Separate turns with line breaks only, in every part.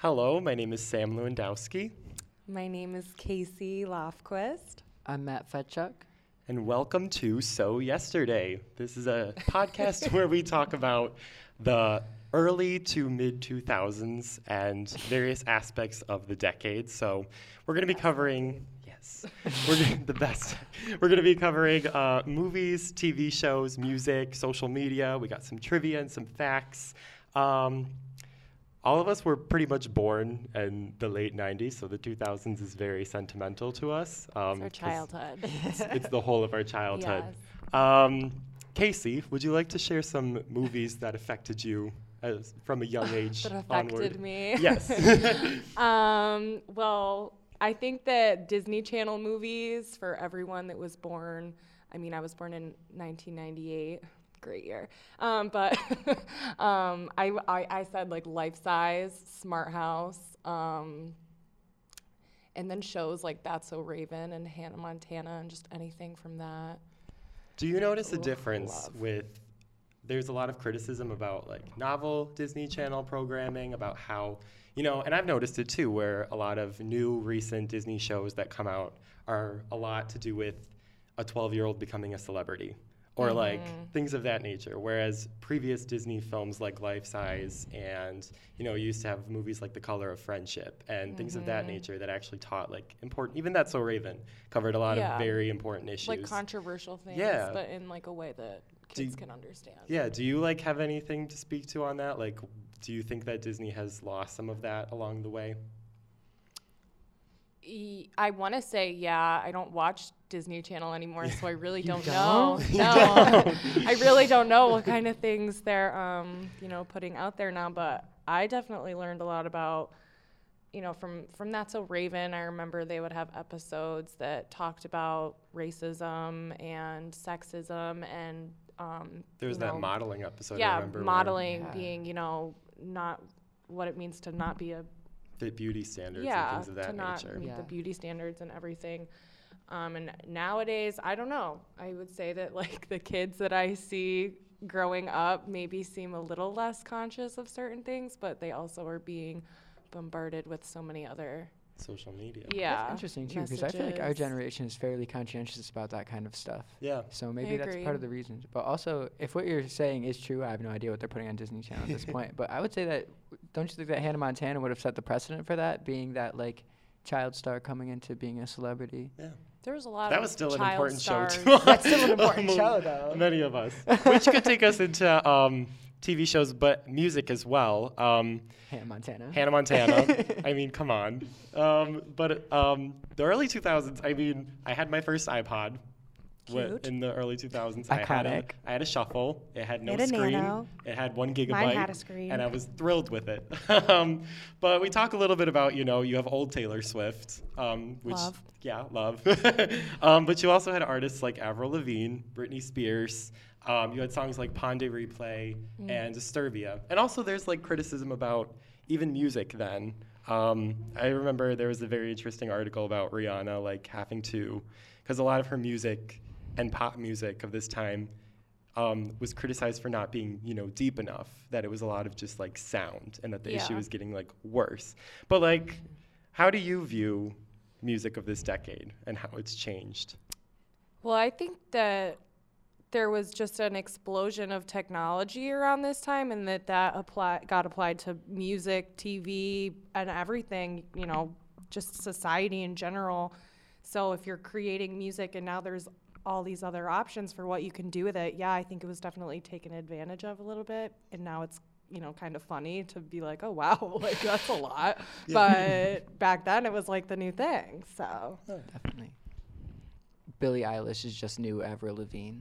Hello, my name is Sam Lewandowski,
My name is Casey Lofquist.
I'm Matt Fetchuk.
and welcome to So Yesterday. This is a podcast where we talk about the early to mid 2000s and various aspects of the decade. So we're going to be covering. Yes, we're gonna, the best. We're going to be covering uh, movies, TV shows, music, social media. We got some trivia and some facts. Um, all of us were pretty much born in the late 90s, so the 2000s is very sentimental to us. Um,
It's our
'cause
childhood.
it's, it's the whole of our childhood. Um, Casey, would you like to share some movies that affected you as, from a young age
that affected
onward?
me.
Yes.
um, well, I think that Disney Channel movies for everyone that was born, I mean, I was born in 1998. Great year. Um, but um, I, I, I said like life size, smart house, um, and then shows like That's So Raven and Hannah Montana and just anything from that.
Do you notice a
Ooh,
difference
love.
with? There's a lot of criticism about like novel Disney Channel programming about how you know, and I've noticed it too, where a lot of new recent Disney shows that come out are a lot to do with a 12 year old becoming a celebrity or
Mm-hmm.
like things of that nature. Whereas previous Disney films like Life Size and, you know, used to have movies like The Color of Friendship and things of
Mm-hmm.
that nature that actually taught like important, even That's So Raven covered a lot
Yeah.
of very important issues.
Like controversial things,
Yeah.
but in like a way that
Do-
kids can understand.
Yeah, do you like have anything to speak to on that? Like do you think that Disney has lost some of that along the way?
E- I want to say, yeah, I don't watch Disney Channel anymore, so I really don't, know.
don't?
No, I really don't know what kind of things they're, um, you know, putting out there now. But I definitely learned a lot about, you know, from from That's So Raven. I remember they would have episodes that talked about racism and sexism and. Um,
There was
you
that
know,
modeling episode I
yeah,
remember. where
modeling
Yeah.
being, you know, not what it means to not be a
The beauty standards
yeah,
and things of that
to not
nature.
meet
Yeah.
the beauty standards and everything. Um, and nowadays, I don't know. I would say that like the kids that I see growing up maybe seem a little less conscious of certain things, but they also are being bombarded with so many other
Social media.
yeah
That's interesting too, because I feel like our
messages.
generation is fairly conscientious about that kind of stuff.
Yeah.
So maybe that's part
agree.
of the reason. But also, if what you're saying is true, I have no idea what they're putting on Disney Channel at this point. But I would say that, don't you think that Hannah Montana would have set the precedent for that, being that like child star coming into being a celebrity?
Yeah.
There was a lot.
That
of
was still an
child
important
stars.
show too.
That's still an important
Among
show, though.
Many of us. Which could take us into um, TV shows but music as well. Um,
Hannah Montana.
Hannah Montana. I mean, come on. Um, but um, the early 2000s, I mean, I had my first iPod. wa-
Cute.
In the early 2000s, I had, a,
Iconic.
I had a shuffle. It had no
Had a
screen.
Nano.
It had one gigabyte.
had a screen.
And I was thrilled with it. um, but we talk a little bit about, you know, you have old Taylor Swift, um, which
Love.
yeah, love. um, but you also had artists like Avril Lavigne, Britney Spears. Um, you had songs like Pond de Replay
Mm.
and Disturbia. And also, there's like criticism about even music then. Um, I remember there was a very interesting article about Rihanna, like having to, because a lot of her music and pop music of this time um, was criticized for not being, you know, deep enough. That it was a lot of just like sound, and that the issue
Yeah.
was getting like worse. But like, how do you view music of this decade and how it's changed?
Well, I think that there was just an explosion of technology around this time, and that that apply, got applied to music, TV, and everything, you know, just society in general. So if you're creating music and now there's all these other options for what you can do with it, yeah, I think it was definitely taken advantage of a little bit, and now it's you know kind of funny to be like, oh wow, like that's a lot, but back then it was like the new thing. So
Definitely. Billie Eilish is just new Avril Lavigne.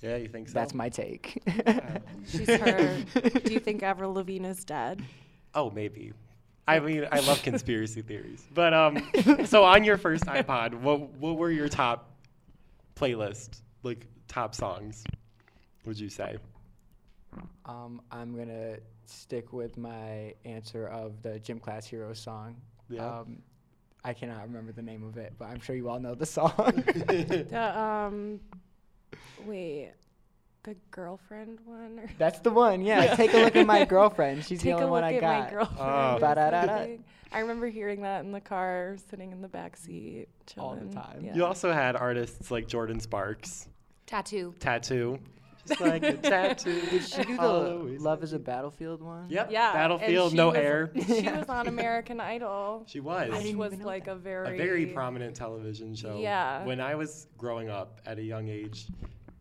Yeah, you think so?
That's my take.
She's her. Do you think Avril Lavigne is dead?
oh, maybe. I mean, I love conspiracy theories. But um, so on your first iPod, what what were your top playlist, like top songs? Would you say?
um, I'm gonna stick with my answer of the Gym Class Hero song.
Yeah.
Um, I cannot remember the name of it, but I'm sure you all know the song.
The, um, wait. the girlfriend one. Or
That's the one. Yeah. Take a look at my girlfriend. She's
Take
the only
a
one
look
I
at
got.
my girlfriend.
Oh.
or
Ba-da-da-da.
something. I remember hearing that in the car, sitting in the back seat,
All the
chilling.
time.
Yeah.
You also had artists like Jordan Sparks,
Tattoo.
Tattoo. Just like a tattoo.
Did she do the
Always
Love
with
is a
you.
Battlefield one?
Yep.
Yeah. and
Battlefield,
she
no
was-
air.
She was on American Idol,
She was.
which
didn't
was
even know
like
that.
a very
a very prominent television show.
Yeah.
When I was growing up at a young age,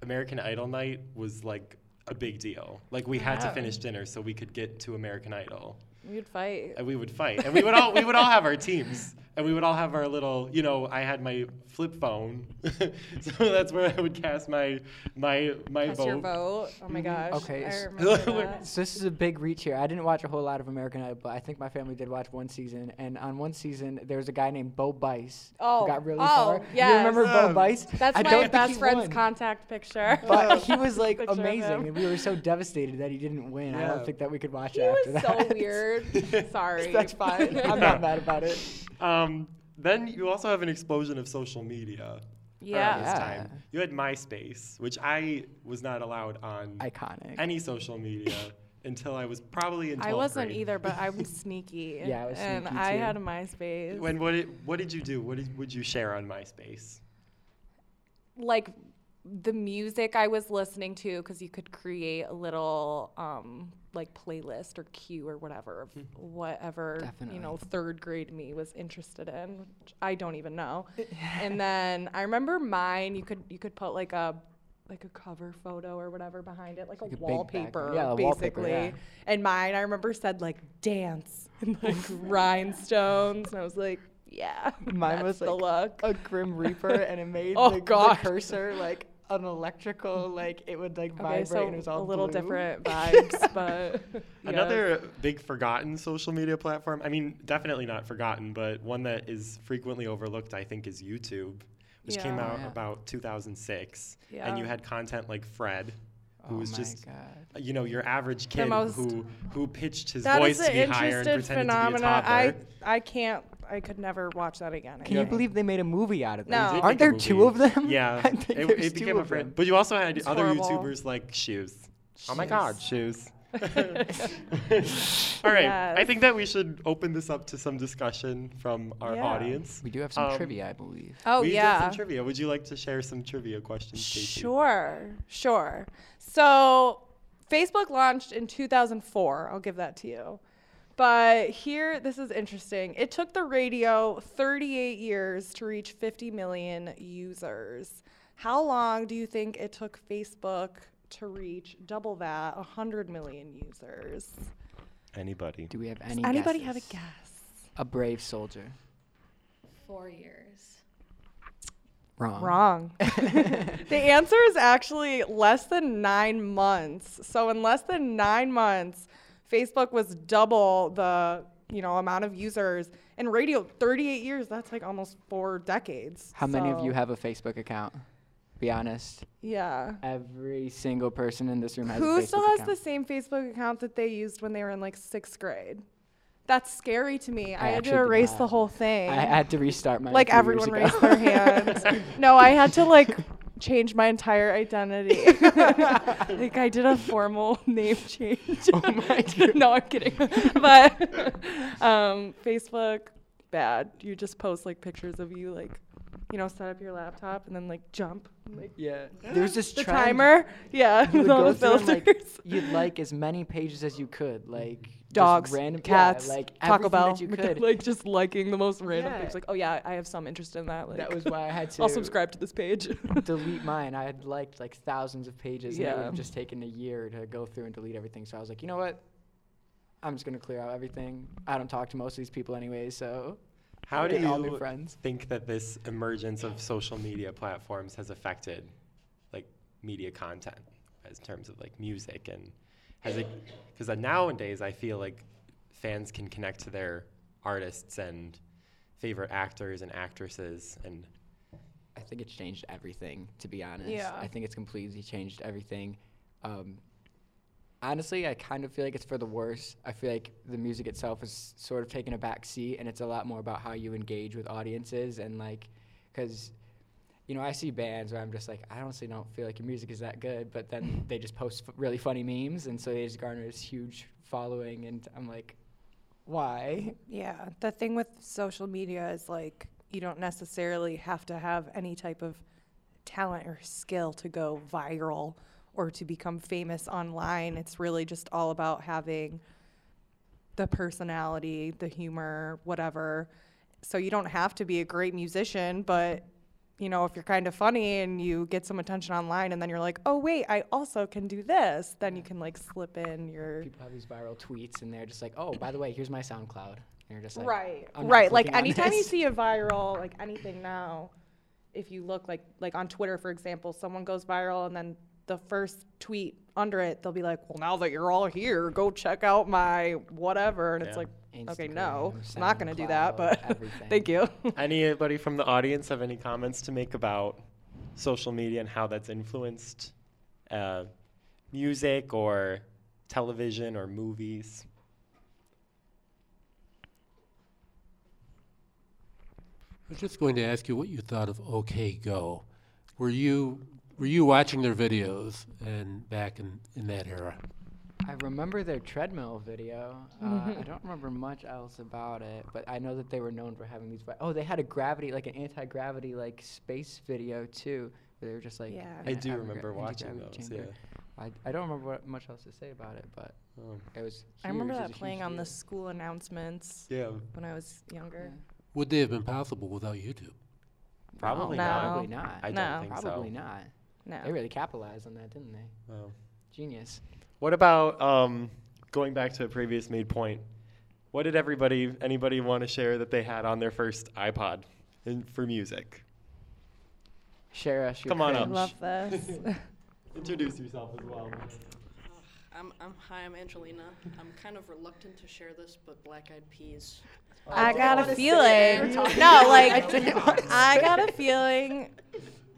American Idol night was like a big deal. Like we had to
Wow.
finish dinner so we could get to American Idol,
You'd fight.
and we would fight, and we would all we would all have our teams, and we would all have our little. You know, I had my flip phone, so that's where I would cast my my my
That's
vote.
your vote. Oh my
Mhm.
gosh.
Mm-hmm. Okay,
I
s-
remember that.
So this is a big reach here. I didn't watch a whole lot of American Idol, but I think my family did watch one season. And on one season, there was a guy named Bo Bice
Oh,
who got really
oh,
far. You
yes.
remember Bo
Um,
Bice?
That's
I don't
my
think
best
he
friend's
won,
contact picture.
But he was like
Picture of him.
amazing, and we were so devastated that he didn't win. I
Yeah.
don't think that we could watch
he
it
was
after
so
that.
weird. Sorry.
That's fine. I'm not mad about it.
Um, then you also have an explosion of social media. around
Yeah.
this
Yeah.
time. You had MySpace, which I was not allowed on
Iconic.
any social media until I was probably in 12th
I wasn't
grade.
either, but I'm sneaky.
Yeah, I was
and
sneaky
I
too.
had a MySpace.
When what did, what did you do? What did, would you share on MySpace?
like the music I was listening to, because you could create a little um, like playlist or queue or whatever of whatever
Definitely.
you know third grade me was interested in. Which I don't even know. and then I remember mine. You could you could put like a like a cover photo or whatever behind it, like a
Like a big
wallpaper,
background. Yeah, a wallpaper,
basically.
yeah.
And mine, I remember said like dance and like rhinestones, and I was like, yeah,
Mine
that's
was
the look.
like a Grim Reaper, and it made
Oh,
the, the
God.
cursor like an electrical, like it would like vibrate,
Okay, so
and it was all
a little
blue.
different vibes, but yeah.
Another big forgotten social media platform. I mean, definitely not forgotten, but one that is frequently overlooked, I think, is YouTube, which came
Yeah.
out
Yeah.
about 2006. And you
Yeah.
had content like Fred, who
oh
was
my
just
God.
you know your average kid
most-
who who pitched his
That
voice
is
to
an
be higher and
interested
pretended to be a
phenomenon.
toddler.
I I can't. I could never watch that again. I
Can you
think.
believe they made a movie out of
No.
this?
They did
make
Aren't
a
there two of
movie.
them?
Yeah,
I think
it,
there's
it
two
became a
of
friend.
them.
But you also had
It's
other
horrible.
YouTubers like shoes. Oh my
Shoes.
God, shoes. All right, I
Yes.
think that we should open this up to some discussion from our
Yeah.
audience.
We do have
some
some
Um, trivia,
trivia, I believe.
Oh
we
yeah.
did some trivia. Would you like to share some trivia questions, Casey?
Sure, sure. So Facebook launched in 2004. I'll give that to you. But here, this is interesting. It took the radio 38 years to reach 50 million users. How long do you think it took Facebook to reach double that, 100 million users?
Anybody?
Do we have any?
Anybody have a
guesses?
guess?
A brave soldier.
Four years.
Wrong.
Wrong. the answer is actually less than nine months. So in less than nine months, Facebook was double the you know amount of users, and radio 38 years. That's like almost four decades.
How many of
So,
you have a Facebook account? Be honest.
Yeah.
Every single person in this room has. a
Who
Facebook
still has
account.
the same Facebook account that they used when they were in like sixth grade? That's scary to me. I,
I
had
actually
to
did
erase
not.
the whole thing.
I had to restart my.
like everyone raised their hand. no, I had to like change my entire identity. like I did a formal name change.
oh my god.
no, I'm kidding. but um, Facebook, bad. You just post like pictures of you, like you know, set up your laptop and then like jump, like
Yeah. There's this
the
trend.
timer. Yeah,
You would
with all
go
the
through and,
filters.
like, you'd like as many pages as you could, like just
Dogs,
random yeah,
cats,
like
Taco
everything
Bell,
That you could.
like just liking the most random
Yeah.
things. Like, oh yeah, I have some interest in that. Like,
that was why I had to.
I'll subscribe to this page.
delete mine. I had liked like thousands of pages, and it would
Yeah.
have just taken a year to go through and delete everything. So I was like, you know what? I'm just gonna clear out everything. I don't talk to most of these people anyway, so
How do
get all new
you
friends?
think that this emergence of social media platforms has affected like media content as terms of like music and has it because nowadays i feel like fans can connect to their artists and favorite actors and actresses and
I think it's changed everything. To be honest,
Yeah.
I think it's completely changed everything. Um, honestly, I kind of feel like it's for the worse. I feel like the music itself is sort of taking a back seat, and it's a lot more about how you engage with audiences and like, because you know, I see bands where I'm just like, I honestly don't feel like your music is that good, but then they just post f- really funny memes, and so they just garner this huge following, and I'm like, why?
Yeah, the thing with social media is like you don't necessarily have to have any type of talent or skill to go viral or to become famous online. It's really just all about having the personality, the humor, whatever. So you don't have to be a great musician, but you know, if you're kind of funny and you get some attention online and then you're like, "Oh wait, I also can do this." Then you can like slip in your
People have these viral tweets, and they're just like, oh, by the way, here's my SoundCloud. And you're just like,
right
"I'm not
right like
clicking on
anytime you
this."
see a viral like anything now if you look like like on twitter for example someone goes viral and then the first tweet under it they'll be like well now that you're all here go check out my whatever and it's
Yeah.
like okay no
Instagram,
i'm not going to do that
SoundCloud,
but
everything.
thank you
Anybody from the audience have any comments to make about social media and how that's influenced uh, music or television or movies?
I was just going to ask you what you thought of OK Go. Were you were you watching their videos and back in, in that era?
I remember their treadmill video.
Mm-hmm.
Uh, I don't remember much else about it, but I know that they were known for having these. vi- Oh, they had a gravity, like an anti-gravity, like space video too. Where they were just like.
Yeah.
in
I
an
do
antigra-
remember watching
anti-gravity
those. Yeah.
chamber. I, I don't remember what much else to say about it, but
Um,
it was.
i remember
huge. It was
that
a
playing
huge
on the
deal.
school announcements
yeah.
when i was younger
Would they have been possible without YouTube?
Probably
No.
not.
Probably not.
I don't
No.
think
Probably
so.
not. They
no
really capitalized on that, didn't they?
Um,
Genius.
What about um, going back to a previous made point? What did everybody, anybody want to share that they had on their first iPod in, for music?
Share us your.
Come on
i
up.
cringe.
love this
Introduce yourself as well.
I'm, I'm hi. I'm Angelina. I'm kind of reluctant to share this, but Black Eyed Peas.
I got a feeling. No, like I got a feeling.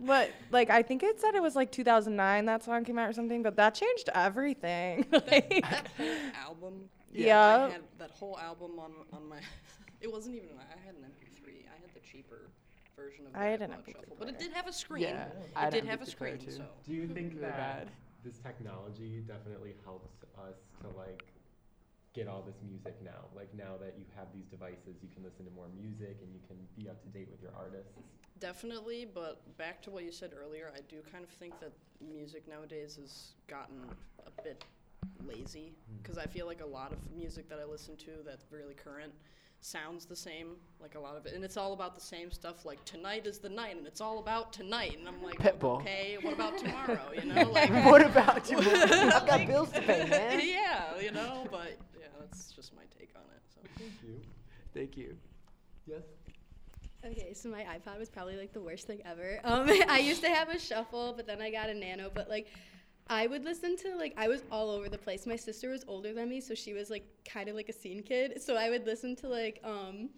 But like I think it said it was like 2009 that song came out or something. But that changed everything. Like,
That whole album.
Yeah.
I had that whole album on on my. It wasn't even. An, I had an MP3. I had the cheaper version of the
I had an
iPod
MP3
Shuffle, but it
player.
did have a screen.
Yeah, I
it
had
did
an
have a
MP3 player
screen.
too.
So
Do you think
Really
that
bad.
this technology definitely helps us to like get all this music now? Like now that you have these devices, you can listen to more music and you can be up to date with your artists.
definitely, but back to what you said earlier, I do kind of think that music nowadays has gotten a bit lazy because I feel like a lot of music that I listen to that's really current sounds the same, like a lot of it, and it's all about the same stuff. Like tonight is the night, and it's all about tonight, and I'm like,
Pitbull.
okay, what about tomorrow? You know, like
what about you? I've got bills to pay, man.
yeah, you know, but yeah, that's just my take on it. So.
Thank you.
Thank you.
Yes.
Okay, so my iPod was probably like the worst thing ever. Um, I used to have a shuffle, but then I got a nano. But like, I would listen to like I was all over the place. My sister was older than me, so she was like kind of like a scene kid. So I would listen to like um,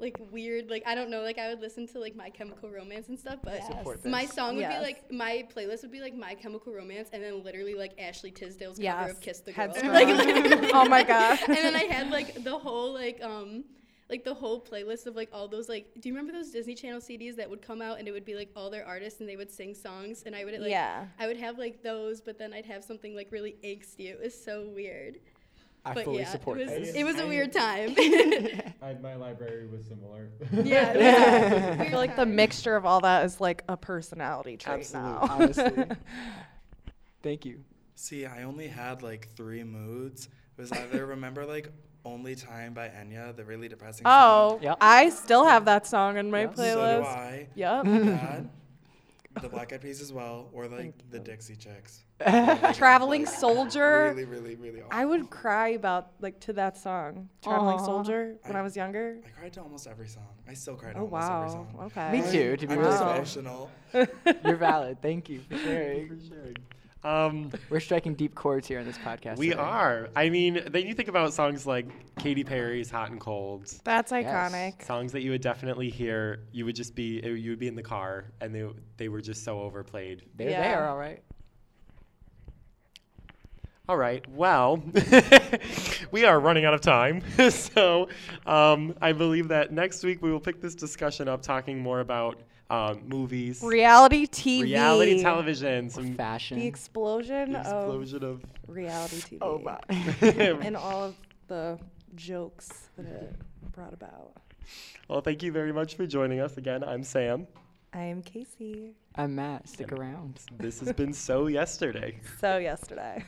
like weird like I don't know like I would listen to like My Chemical Romance and stuff. But
Support this.
my song would
Yes.
be like my playlist would be like My Chemical Romance, and then literally like Ashley Tisdale's cover
yes.
of Kiss the Girl.
Heads
Like,
down.
literally
oh my gosh.
and then I had like the whole like um like the whole playlist of like all those like do you remember those Disney Channel CDs that would come out and it would be like all their artists and they would sing songs and I would like
Yeah.
I would have like those but then I'd have something like really angsty. It was so weird.
I
but
fully
yeah,
support
it was
this.
it was a weird time.
I, my library was similar.
yeah. it was a
Yeah. I
weird
feel like the
time.
mixture of all that is like a personality trait now.
Honestly. Thank you.
See, I only had like three moods. It was either remember like Only Time by Enya, the really depressing
Oh,
song.
Yep.
I still have that song in my
Yep.
so do
playlist.
I.
Yep.
That, the Black Eyed Peas as well, or like the Dixie Chicks.
Traveling Soldier.
Really, really, really. Awful.
I would cry about like to that song, "Traveling
Aw.
Soldier," when I
I-
was younger.
I cried to almost every song. I still cry to
Oh
almost every
wow.
song.
Okay.
Me too, to be
I'm
honest.
just
Wow.
emotional.
You're valid. Thank you for sharing.
Um,
We're striking deep chords here in this podcast.
we
today.
are. I mean, then you think about songs like Katy Perry's "Hot and Cold,"
That's
Yes.
iconic.
songs that you would definitely hear. You would just be, you would be in the car, and they they were just so overplayed.
They're
Yeah.
there, all right.
All right. Well, we are running out of time. so um, I believe that next week we will pick this discussion up, talking more about uh, um, movies,
Reality TV.
reality television, some
fashion.
The explosion,
explosion of
of reality TV.
oh my.
And all of the jokes that it brought about.
Well, thank you very much for joining us again. I'm Sam.
I am Casey.
I'm Matt. Stick around.
This has been So Yesterday.
So yesterday.